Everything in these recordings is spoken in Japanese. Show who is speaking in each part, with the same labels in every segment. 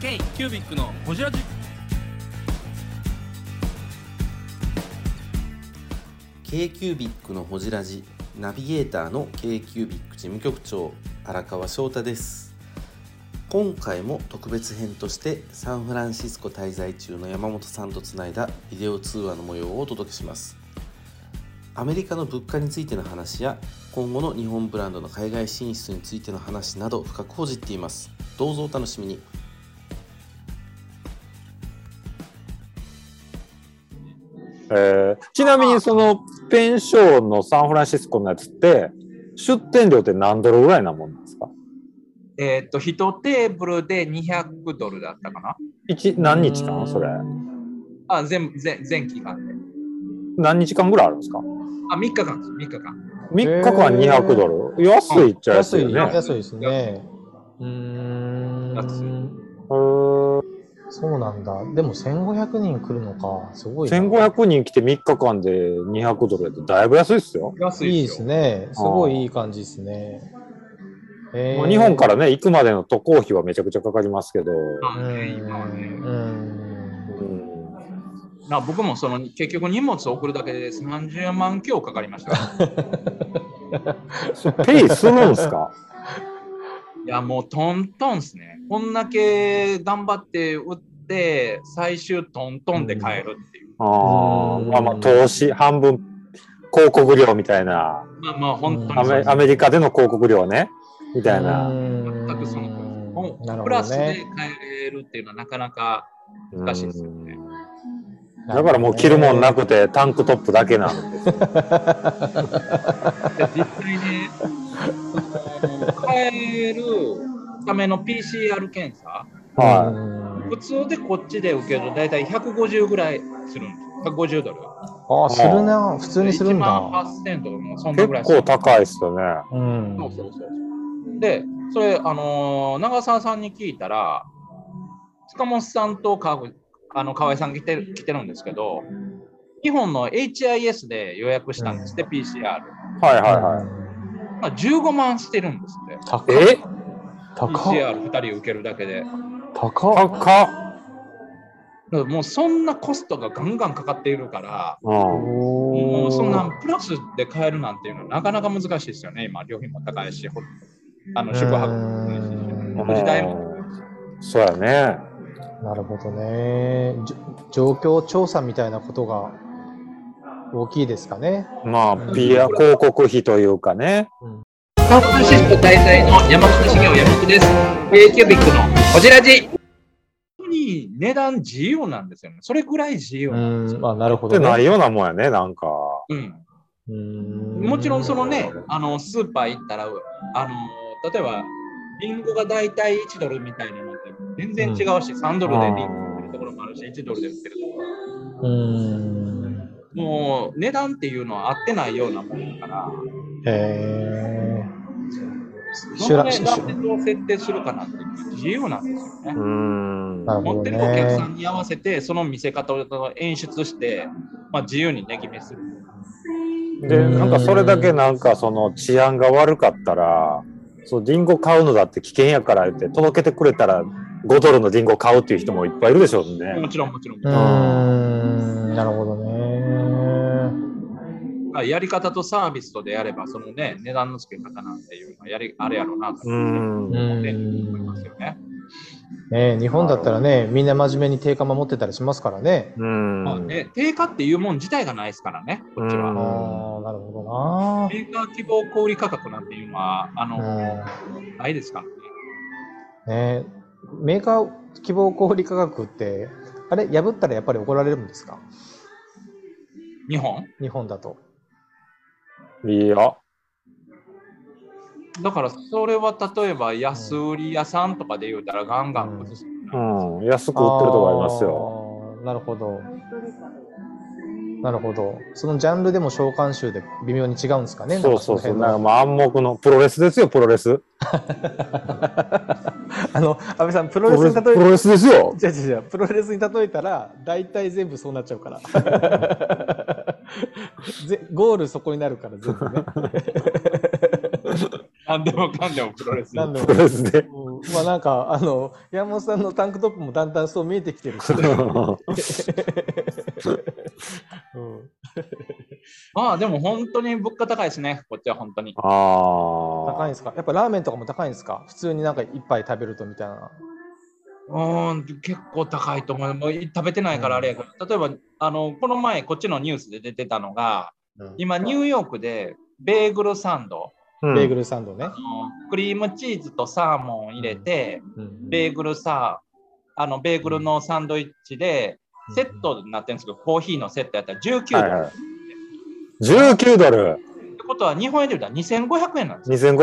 Speaker 1: K キュービックのホジラジ
Speaker 2: ー KQBIC のほじラジナビゲーターの KQBIC 事務局長荒川翔太です今回も特別編としてサンフランシスコ滞在中の山本さんとつないだビデオ通話の模様をお届けしますアメリカの物価についての話や今後の日本ブランドの海外進出についての話など深く報じっていますどうぞお楽しみに
Speaker 3: えーちなみにそのペンションのサンフランシスコのやつって出店料って何ドルぐらいなもんなんですか
Speaker 4: えーっと、1テーブルで200ドルだったかな
Speaker 3: 一何日間それ
Speaker 4: あ、全部、全全期間で。
Speaker 3: 何日間ぐらいあるんですか
Speaker 4: あ、3日間です、3日間。
Speaker 3: 3日間200ドル、安いっちゃ安
Speaker 5: 安
Speaker 3: い
Speaker 5: い
Speaker 3: よね
Speaker 5: な、
Speaker 3: へ
Speaker 5: 安いですね。うーん。
Speaker 3: ー
Speaker 5: そうなんだ。でも1500人来るのか。すごいな。
Speaker 3: 1500人来て3日間で200ドルやとだいぶ安いっすよ、
Speaker 4: 安
Speaker 5: い
Speaker 4: いで
Speaker 5: いですす
Speaker 4: よ。
Speaker 5: ね。すごいいい感じですね。え
Speaker 3: まあ日本からね行くまでの渡航費はめちゃくちゃかかりますけど、
Speaker 4: ま
Speaker 5: う
Speaker 4: あね、今はね。
Speaker 5: ん。
Speaker 3: うん
Speaker 4: な僕もその結局荷物送るだけで30万強かかりま したから。
Speaker 3: それペイするんすか
Speaker 4: いや、もうトントンですね。こんだけ頑張って売って、最終トントンで買えるっていう。
Speaker 3: あー
Speaker 5: うん
Speaker 3: まあまあ投資半分広告料みたいな
Speaker 4: まあまあ、本当
Speaker 3: ア
Speaker 4: にそう
Speaker 3: メ
Speaker 4: です
Speaker 3: アメリカでの広告料ねみたいな。
Speaker 5: うん
Speaker 4: 全くその通りもう
Speaker 5: なるほ
Speaker 4: プラ
Speaker 5: ど
Speaker 4: スで
Speaker 5: ね。
Speaker 4: 買えるっていうのはなかなか難しいですよね
Speaker 3: うんだからもう着るもんなくてタンクトップだけなの。
Speaker 4: で実際ね、変えるための PCR 検査、
Speaker 3: は
Speaker 4: 普通でこっちで受けると大体150ぐらいするんです。150ドル。
Speaker 5: あ、するな。普通にするん
Speaker 4: 1万
Speaker 5: だ。
Speaker 4: 8000ドルもそ
Speaker 3: い。
Speaker 4: んな
Speaker 3: 結
Speaker 4: ぐらい
Speaker 3: 構高い
Speaker 4: い。
Speaker 3: っすよね。
Speaker 5: うん。
Speaker 4: そうそうそう。で、それ、あのー長澤さんに聞いたら、塚本さんと川口あの河合さん来てる来てるんですけど、日本の HIS で予約したんですって、PCR。
Speaker 3: はいはいはい。
Speaker 4: まあ、15万してるんですって。
Speaker 5: 高っ
Speaker 3: え
Speaker 5: 高っ
Speaker 4: PCR2 人受けるだけで。
Speaker 5: 高っ
Speaker 3: 高っ。
Speaker 4: だからもうそんなコストがガンガンかかっているから、
Speaker 3: うん。
Speaker 5: お
Speaker 4: も
Speaker 5: ー
Speaker 4: うそんなんプラスで買えるなんていうのはなかなか難しいですよね、今、料品も高いし、ほあの宿泊も高いし
Speaker 5: うん
Speaker 4: この時代も。
Speaker 3: そうやね。
Speaker 5: なるほどね。じょ状況調査みたいなことが大きいですかね。
Speaker 3: まあ、PR 広告費というかね。
Speaker 4: サンフランシスコ滞在の山本茂雄山本です。A キュービックのこじらじ。本当に値段自由なんですよね。それぐらい自由
Speaker 5: う
Speaker 4: なんです
Speaker 5: ん、
Speaker 4: よ。
Speaker 5: まあ、なるほ
Speaker 3: で
Speaker 5: ど、
Speaker 3: ない
Speaker 5: ね。
Speaker 3: ようなもんやね、なんか。
Speaker 4: うん
Speaker 5: うん
Speaker 4: もちろんそのね、あのスーパー行ったら、あの例えば、リンゴが大体1ドルみたいなのって全然違うし、3ドルでリンゴ売ってるところもあるし、1ドルで売ってるところ
Speaker 5: うん。
Speaker 4: もう値段っていうのは合ってないようなもんだから、
Speaker 5: えー、
Speaker 4: ど
Speaker 5: 修
Speaker 4: の
Speaker 5: 羅
Speaker 4: 値
Speaker 5: 修
Speaker 4: 段を設定するかなんていうのは自由なんですよ
Speaker 3: う
Speaker 4: ね。
Speaker 3: ん。
Speaker 5: なる
Speaker 4: 持
Speaker 5: ほ
Speaker 4: っ
Speaker 5: ど
Speaker 4: てるお客さ
Speaker 5: ね。
Speaker 4: んに合わせて、その見せ方を演出して、まあ、自由に値決めする。
Speaker 3: で、なんかそれだけなんかその治安が悪かったら、そう、リンゴ買うのだって危険やから言って、届けてくれたら5ドルのリンゴ買うっていう人もいっぱいいるでしょうね
Speaker 4: も。ちろん、もちろん。
Speaker 5: うーん、なるほどね。
Speaker 4: まあやり方とサービスとでやれば、そのね、値段の付け方なんていうのはやりあれやろうなと
Speaker 3: う
Speaker 4: 思
Speaker 3: ん。
Speaker 5: うん
Speaker 4: いますよね。
Speaker 5: ね日本だったらね、みんな真面目に定価守ってたりしますからね。
Speaker 3: うん。
Speaker 4: まあね、定価っていうもん自体がないですからね、こっち
Speaker 3: うん
Speaker 4: は。
Speaker 5: ああ、なるほどな。
Speaker 4: 定価希望小売価格なんていうのは、あの、ないですからね。
Speaker 5: ねメーカー希望小売価格って、あれ、破ったらやっぱり怒られるんですか
Speaker 4: 日本
Speaker 5: 日本だと。
Speaker 3: いいよ。
Speaker 4: だからそれは例えば安売り屋さんとかで言うたらガンガン崩す、
Speaker 3: うん。安く売ってるとこありますよ。
Speaker 5: あー。なるほど。なるほど。そのジャンルでも召喚集で微妙に違うんですかね。
Speaker 3: そうそうそう。
Speaker 5: な
Speaker 3: なんか
Speaker 5: んかの
Speaker 3: まあ暗黙のプロレスですよ、プロレス。
Speaker 5: 辺のあの、安倍さん、プ
Speaker 3: プ
Speaker 5: ロレ
Speaker 3: ロレ
Speaker 5: ス
Speaker 3: スプ
Speaker 5: に例え
Speaker 3: ロレスですよ。
Speaker 5: 違う違う違うプロレスに例えたら大体全部そうなっちゃうから ぜゴールそこになるから全部ね
Speaker 4: なんでもかんでもプロレス
Speaker 5: 何でも
Speaker 3: プロレスで。
Speaker 5: もまあなんか、あの、山本さんのタンクトップもだんだんそう見えてきてるし。うん、
Speaker 4: まあでも本当に物価高いですね、こっちは本当に。
Speaker 3: ああ。
Speaker 5: 高いんですかやっぱラーメンとかも高いんですか普通になんか一杯食べるとみたいな。
Speaker 4: うーん、結構高いと思う。もう食べてないからあれやけど、例えばあの、この前、こっちのニュースで出てたのが、今、ニューヨークでベーグルサンド、
Speaker 3: うん
Speaker 5: ベーグルサンドね
Speaker 4: あ。のクリームチーズとサーモン入れて、ベーグルサー、あのベーグルのサンドイッチで、セットになってるんですけど、コーヒーのセットやったら19ドル。
Speaker 3: はいはい19ドル
Speaker 4: ってことは、日本円で言うと2500円なんですよ。
Speaker 3: 2500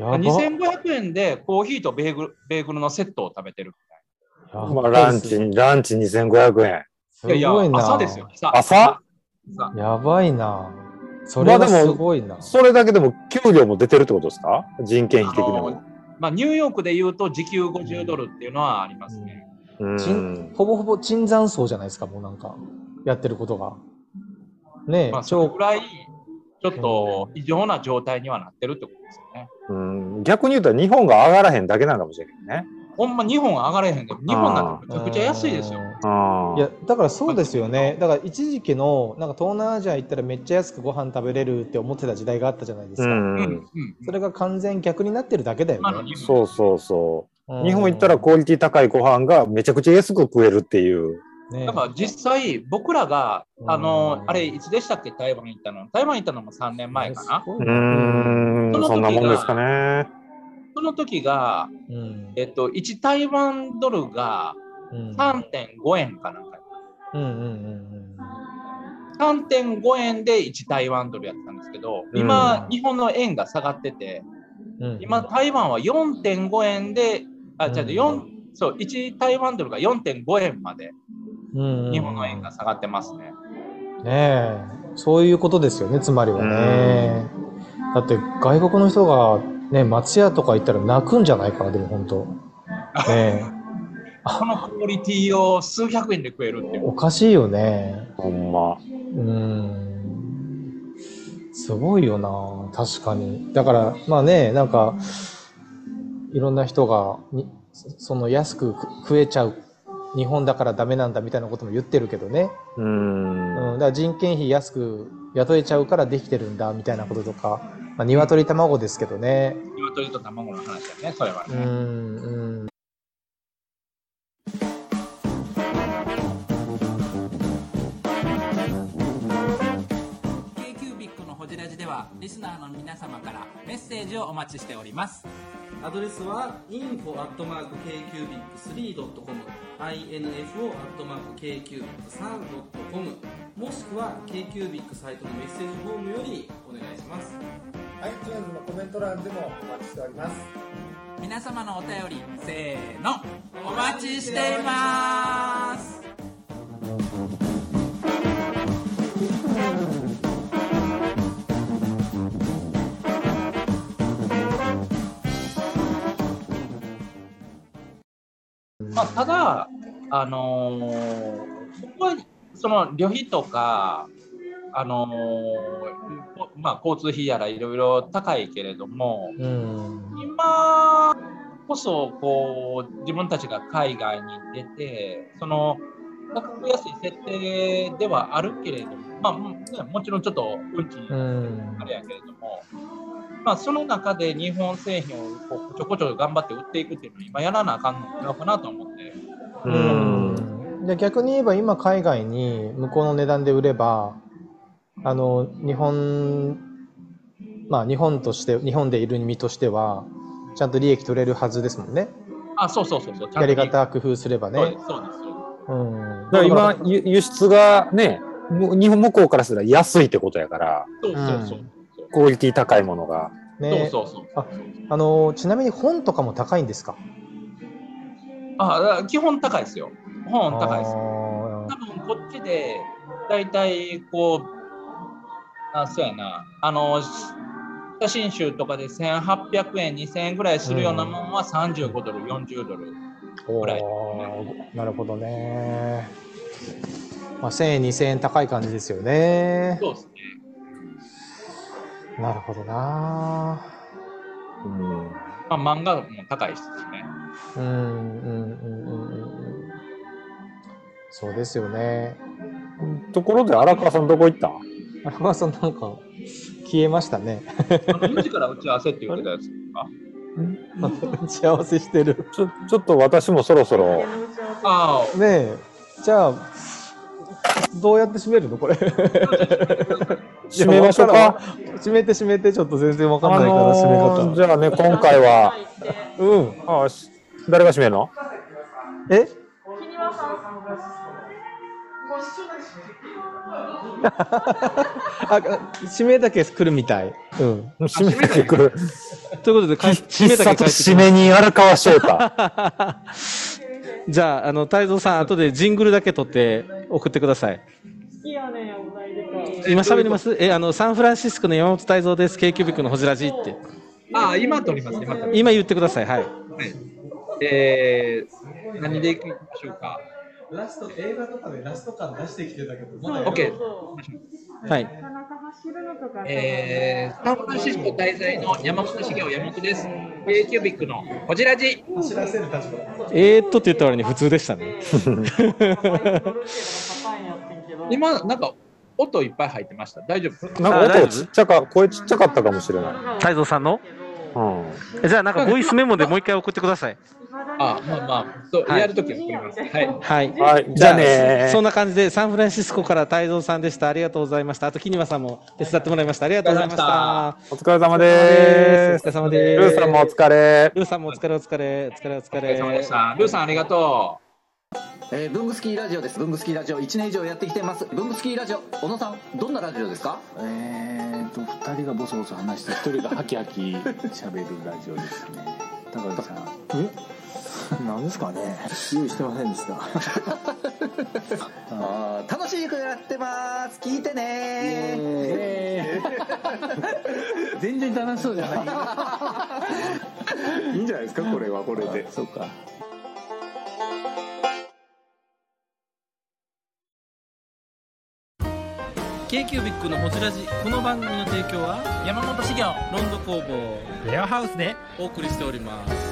Speaker 5: やば
Speaker 4: 2500円でコーヒーとベーグルベーグルのセットを食べてる。
Speaker 5: や
Speaker 3: 円、
Speaker 5: ば
Speaker 3: まあ、ランチランチ2500円
Speaker 5: す
Speaker 4: いやいや
Speaker 5: ごい、な。
Speaker 4: 朝ですよ。朝
Speaker 3: 朝
Speaker 4: 朝
Speaker 5: やばいな。それはすごいな。
Speaker 3: それだけでも給料も出てるってことですか人件費的にも、
Speaker 4: まあ、ニューヨークで言うと時給50ドルっていうのはありますね。
Speaker 3: うん
Speaker 5: ちんほぼほぼ椿山荘じゃないですか、もうなんか、やってることが。ねえ、
Speaker 4: まあ、それ
Speaker 5: 超
Speaker 4: ぐらいちょっと異常な状態にはなってるってことですよね。
Speaker 3: うん逆に言うと日本が上がらへんだけなのかもしれんけどね
Speaker 4: ほんま日本は上がれへんけど、日本なんてめちゃくちゃ安いですよ。。
Speaker 3: あ
Speaker 5: いや、だからそうですよね。だから一時期の、なんか東南アジア行ったらめっちゃ安くご飯食べれるって思ってた時代があったじゃないです
Speaker 3: う
Speaker 5: か。
Speaker 4: うんん、
Speaker 3: う、
Speaker 4: うんん。
Speaker 5: それが完全逆になってるだけだよ
Speaker 4: 今の
Speaker 5: ね。
Speaker 4: 日本
Speaker 3: そうそうそ
Speaker 5: うん
Speaker 3: う日本行ったら、クオリティ高いご飯がめちゃくちゃ安く食えるっていう
Speaker 5: ねえ
Speaker 4: だから実際僕らが、あ
Speaker 5: う
Speaker 4: の、
Speaker 5: ん
Speaker 4: あれいつでしたっけ台湾行ったの台湾行ったのも3年前かな。
Speaker 5: すご
Speaker 3: う
Speaker 5: い
Speaker 3: ーん
Speaker 4: その時が
Speaker 3: そんなもんですかね
Speaker 4: その時が、
Speaker 5: うん
Speaker 4: えっと、1台湾ドルが
Speaker 5: うん
Speaker 4: 3.5円かなんか。
Speaker 5: うんうんうん
Speaker 4: 3.5円で1台湾ドルやったんですけど、今、
Speaker 5: うん
Speaker 4: 日本の円が下がってて、
Speaker 5: うんうん。
Speaker 4: 今、台湾は4.5円で、あ、
Speaker 5: うん
Speaker 4: 違う、四そう、1台湾ドルが4.5円まで、日
Speaker 5: 日
Speaker 4: 本の円が下がってますね。
Speaker 5: ねえ、そういうことですよね、つまりはね。だって外国の人が、ね、松屋とか行ったら泣くんじゃないかな、でも本当。ねえ、
Speaker 4: このクオリティを数百円で食えるっていう。
Speaker 5: おかしいよね。
Speaker 3: ほんま
Speaker 5: うん。すごいよな、確かに。だから、まあね、なんか、いろんな人がに、その安く食食えちゃう、日本だからダメなんだみたいなことも言ってるけどね。
Speaker 3: うーん
Speaker 5: うん、だから人件費安く雇えちゃうからできてるんだみたいなこととか、まあ、鶏卵ですけどね。
Speaker 4: 鶏と卵の話だよね、それは
Speaker 5: う
Speaker 4: ね。
Speaker 5: ん、うん。
Speaker 6: K-Cubic のホジラジではリスナーの皆様からメッセージをお待ちしております
Speaker 1: アドレスは info.kcubic3.com info.kcubic3.com もしくは KQBIC サイトのメッセージフォームよりお願いします
Speaker 7: iTunes のコメント欄でもお待ちしております
Speaker 6: 皆様のお便りせーのお待ちしています
Speaker 4: まあ、ただ、あのー僕はその旅費とか、あのーこまあ、交通費やらいろいろ高いけれども、
Speaker 5: うん。
Speaker 4: 今こそこう自分たちが海外に出てその価格安い設定ではあるけれども、まあもうね、もちろんちょっと運賃
Speaker 5: うん
Speaker 4: あ。れやけれども、まあ、その中で日本製品をこうちょこちょこ頑張って売っていくっていうのを今やらなあかんのかなと思って、
Speaker 3: う
Speaker 5: うん
Speaker 3: ん
Speaker 5: で逆に言えば今海外に向こうの値段で売れば、あの、日本、まあ日本として、日本でいる身としては、ちゃんと利益取れるはずですもんね。
Speaker 4: あそうそうそうそうちゃん
Speaker 5: や
Speaker 4: と
Speaker 5: り方工夫すれば
Speaker 4: そうで
Speaker 5: ね
Speaker 4: す。そうですそうで
Speaker 5: うん。
Speaker 3: だから今輸輸出がねもう日本向こうからすら安いってことやから
Speaker 4: すそうそう
Speaker 3: クオリティ高いものが
Speaker 4: そう、
Speaker 5: ね、
Speaker 4: そうそうそう
Speaker 5: あの、ちなみに本とかも高いんですか
Speaker 4: あだから基本高いですよ本高いです
Speaker 5: あー
Speaker 4: 多分こっちで大体こうあそうやなあのし写真集とかで1800円2000円ぐらいするようなもんは35ドル、40ドル
Speaker 5: お
Speaker 4: ぐらい
Speaker 5: ーなるほどね。まあ、1000円、2000円高い感じですよね。
Speaker 4: そうですね
Speaker 5: なるほどな。
Speaker 3: うん
Speaker 4: まあ、漫画も高いですしね。
Speaker 5: うんうんうんうんうんうんそうですよね
Speaker 3: ところで荒川さんどこ行った
Speaker 5: 荒川さんなんか消えましたね
Speaker 4: あの4時から打ち合わせって言ってた やつ。
Speaker 5: 幸せしてる
Speaker 3: ちょちょっと私もそろそろ
Speaker 4: あ
Speaker 5: ねえじゃあどうやって閉めるのこれ
Speaker 3: 締めましょう
Speaker 5: いやわ
Speaker 3: か。
Speaker 5: らん閉めて閉めてちょっと全然わかん
Speaker 3: あ
Speaker 5: ないから、
Speaker 3: のーじ
Speaker 5: 閉
Speaker 3: ゃあね今回は
Speaker 5: め方うん
Speaker 3: あし誰が締めるの
Speaker 5: えあ、締めだけ来るみたい。うん。
Speaker 3: 締めてくる
Speaker 5: ということで、か締め
Speaker 3: 必殺
Speaker 5: だけ帰ってき
Speaker 3: 締
Speaker 5: ま
Speaker 3: めに荒川翔太
Speaker 5: す。じゃあ、あの、太蔵 さん、後でジングルだけ取って送ってください。今喋りますえ、あの、サンフランシスコの山本太蔵です。k q b のホジラジって。
Speaker 4: あ、あ今撮ります、今撮り
Speaker 5: 今言ってください。はい。
Speaker 4: ます。えー、何でいきましょうか。
Speaker 1: ラスト映画とかでラスト感出してきてたけど、まだやる
Speaker 4: OK。
Speaker 5: はい。
Speaker 4: えー、サンフランシスコ滞在の山本茂雄山本です。k キュービックのこじらじ。
Speaker 1: 走らせる立場。
Speaker 5: えーっとって言った割に普通でしたね。
Speaker 4: 今、なんか音いっぱい入ってました。大丈夫です
Speaker 3: なんか音ちっちゃか声ちっちゃかったかもしれない、
Speaker 5: 太蔵さんの
Speaker 3: うん、
Speaker 5: じゃあ、なんかボイスメモでもう一回送ってください。
Speaker 4: あ、まあまあ、そう、
Speaker 5: はい
Speaker 4: やるときは送ります。はい。
Speaker 5: はい。
Speaker 3: はいじゃあね
Speaker 5: そんな感じで、サンフランシスコから太蔵さんでした。ありがとうございました。あと、キニワさんも手伝ってもらいました。ありがとうございました。
Speaker 3: お疲れ様
Speaker 5: お
Speaker 3: で
Speaker 5: 疲
Speaker 3: す
Speaker 5: れ様で
Speaker 3: ル
Speaker 5: す。
Speaker 3: ーさんもお疲れ
Speaker 5: ルーさんもお疲れお疲れ。お疲れお疲
Speaker 4: お疲れ様で
Speaker 5: れ
Speaker 4: し。た。ルーさん、ありがとう。
Speaker 8: えー、ブングスキーラジオです。ブングスキーラジオ1年以上やってきてます。ブングスキーラジオ、小野さん、どんなラジオですか
Speaker 9: えーと2人がボソボソ話して1人がハキハキ喋るラジオですね高橋さんえなんですかね用意してませんでした
Speaker 8: あー楽しくやってます。聞いてねー。
Speaker 9: えー全然楽しそうじゃないいいんじゃないですかこれはこれでそうか
Speaker 6: 山本修行
Speaker 10: レアハウスで
Speaker 6: お送りしております